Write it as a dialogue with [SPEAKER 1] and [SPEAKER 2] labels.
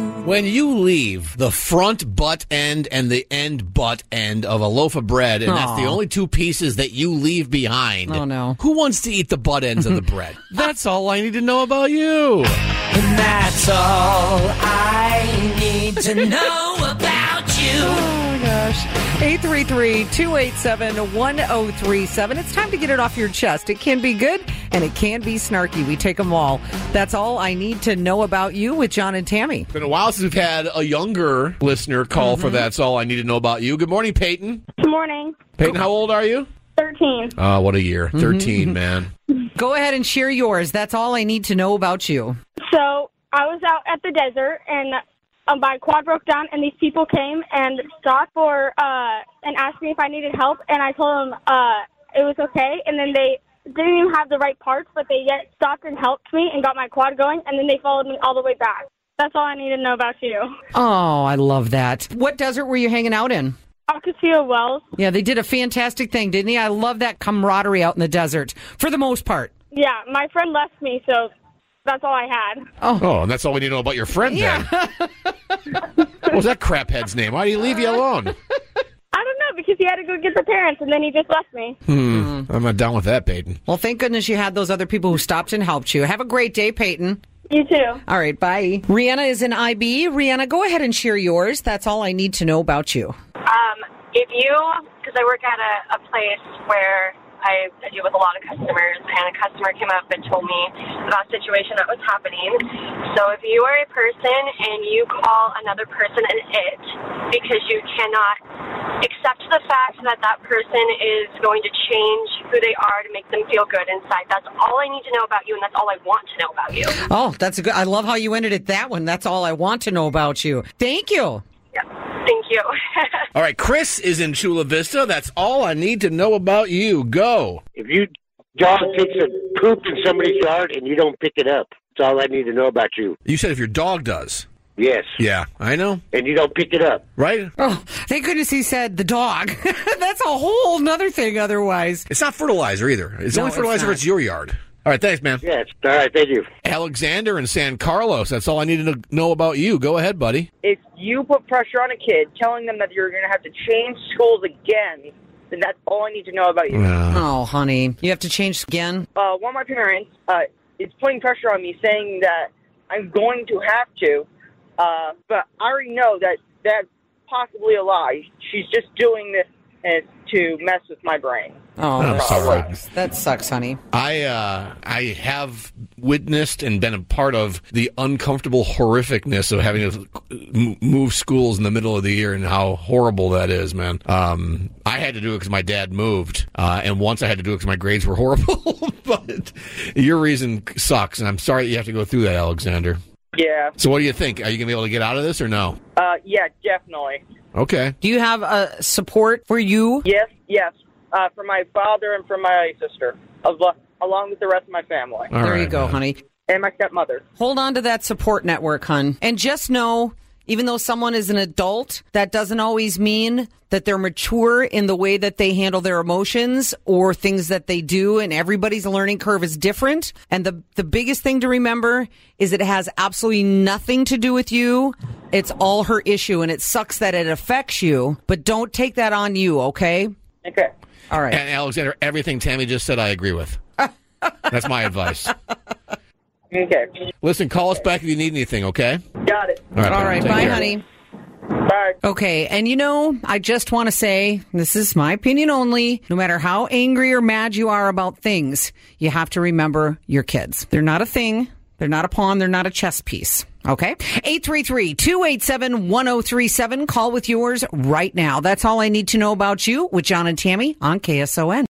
[SPEAKER 1] When you leave the front butt end and the end butt end of a loaf of bread, and that's the
[SPEAKER 2] Aw.
[SPEAKER 1] only two pieces that you leave behind.
[SPEAKER 2] Oh, no.
[SPEAKER 1] Who wants to eat the butt ends of the bread? That's all I need to know about you.
[SPEAKER 3] And that's all I need to know about you.
[SPEAKER 2] Oh my gosh. 833-287-1037. It's time to get it off your chest. It can be good and it can be snarky. We take them all. That's all I need to know about you with John and Tammy.
[SPEAKER 1] Been a while since we've had a younger listener call
[SPEAKER 2] Mm-hmm.
[SPEAKER 1] for that's all I need to know about you. Good morning, Peyton.
[SPEAKER 4] Good morning.
[SPEAKER 1] Peyton, how old are you?
[SPEAKER 4] 13.
[SPEAKER 1] Oh, what a year.
[SPEAKER 2] Mm-hmm.
[SPEAKER 1] 13, man.
[SPEAKER 2] Go ahead and share yours. That's all I need to know about you.
[SPEAKER 4] So I was out at the desert and um, my quad broke down, and these people came and stopped for uh, and asked me if I needed help, and I told them uh, it was okay, and then they didn't even have the right parts, but they yet stopped and helped me and got my quad going, and then they followed me all the way back. That's all I need to know about you.
[SPEAKER 2] Oh, I love that. What desert were you hanging out in?
[SPEAKER 4] Akasio Wells.
[SPEAKER 2] Yeah, they did a fantastic thing, didn't they? I love that camaraderie out in the desert for the most part.
[SPEAKER 4] Yeah, my friend left me, so that's all I had.
[SPEAKER 1] Oh, and that's all we need to know about your friend then. what was that craphead's name? Why did he leave you alone?
[SPEAKER 4] I don't know because he had to go get the parents, and then he just left me.
[SPEAKER 2] Hmm.
[SPEAKER 1] I'm not down with that, Peyton.
[SPEAKER 2] Well, thank goodness you had those other people who stopped and helped you. Have a great day, Peyton.
[SPEAKER 4] You too.
[SPEAKER 2] All right, bye. Rihanna is in IB. Rihanna, go ahead and share yours. That's all I need to know about you.
[SPEAKER 5] Um, if you, because I work at a, a place where I, I deal with a lot of customers, and a customer came up and told me about a situation that was happening. So if you are a person and you call another person an it because you cannot accept the fact that that person is going to change who they are to make them feel good inside, that's all I need to know about you, and that's all I want to know about you.
[SPEAKER 2] Oh, that's a good. I love how you ended it that one. That's all I want to know about you. Thank you.
[SPEAKER 5] Yeah. Thank you.
[SPEAKER 1] All right, Chris is in Chula Vista. That's all I need to know about you. Go.
[SPEAKER 6] If you dog takes a poop in somebody's yard and you don't pick it up, that's all I need to know about you.
[SPEAKER 1] You said if your dog does.
[SPEAKER 6] Yes.
[SPEAKER 1] Yeah, I know.
[SPEAKER 6] And you don't pick it up.
[SPEAKER 1] Right?
[SPEAKER 2] Oh, thank goodness he said the dog. that's a whole nother thing. Otherwise,
[SPEAKER 1] It's not fertilizer either. It's
[SPEAKER 2] No,
[SPEAKER 1] only
[SPEAKER 2] it's
[SPEAKER 1] fertilizer
[SPEAKER 2] not.
[SPEAKER 1] if it's your yard. All right, thanks, man.
[SPEAKER 6] Yes. All right. Thank you.
[SPEAKER 1] Alexander in San Carlos. That's all I need to kn- know about you. Go ahead, buddy.
[SPEAKER 7] if you put pressure on a kid telling them that you're going to have to change schools again, then that's all I need to know about you.
[SPEAKER 2] oh, honey, you have to change again.
[SPEAKER 7] Uh, one of my parents uh, is putting pressure on me saying that I'm going to have to, uh, but I already know that that's possibly a lie. She's just doing this uh, to mess with my brain.
[SPEAKER 2] Oh,
[SPEAKER 1] I'm
[SPEAKER 2] that
[SPEAKER 1] sorry.
[SPEAKER 2] sucks. That sucks, honey.
[SPEAKER 1] I uh, I have witnessed and been a part of the uncomfortable horrificness of having to m- move schools in the middle of the year and how horrible that is, man. Um, I had to do it because my dad moved, uh, and once I had to do it because my grades were horrible. but your reason sucks, and I'm sorry that you have to go through that, Alexander.
[SPEAKER 7] Yeah,
[SPEAKER 1] So, what do you think? Are you gonna be able to get out of this or no?
[SPEAKER 7] uh, yeah, definitely.
[SPEAKER 1] Okay.
[SPEAKER 2] Do you have uh, support for you?
[SPEAKER 7] Yes, yes, uh, for my father and for my sister, al- along with the rest of my family
[SPEAKER 1] All
[SPEAKER 2] there you
[SPEAKER 1] right,
[SPEAKER 2] go,
[SPEAKER 1] man.
[SPEAKER 2] honey.
[SPEAKER 7] and my stepmother.
[SPEAKER 2] Hold on to that support network, hun. And just know, even though someone is an adult, that doesn't always mean that they're mature in the way that they handle their emotions or things that they do. And everybody's learning curve is different. And the, the biggest thing to remember is it has absolutely nothing to do with you. It's all her issue and it sucks that it affects you, but don't take that on you. Okay.
[SPEAKER 7] Okay.
[SPEAKER 2] All right.
[SPEAKER 1] And Alexander, everything Tammy just said, I agree with. That's my advice.
[SPEAKER 7] Okay.
[SPEAKER 1] Listen, call us back if you need anything, okay?
[SPEAKER 7] Got it.
[SPEAKER 1] All right,
[SPEAKER 2] all
[SPEAKER 1] baby,
[SPEAKER 2] right.
[SPEAKER 1] take
[SPEAKER 2] Bye,
[SPEAKER 1] care.
[SPEAKER 2] honey.
[SPEAKER 7] Bye.
[SPEAKER 2] Okay, and you know, I just want to say this is my opinion only. No matter how angry or mad you are about things, you have to remember your kids. They're not a thing, they're not a pawn, they're not a chess piece. Okay? 833 287 1037. Call with yours right now. That's all I need to know about you with John and Tammy on KSON.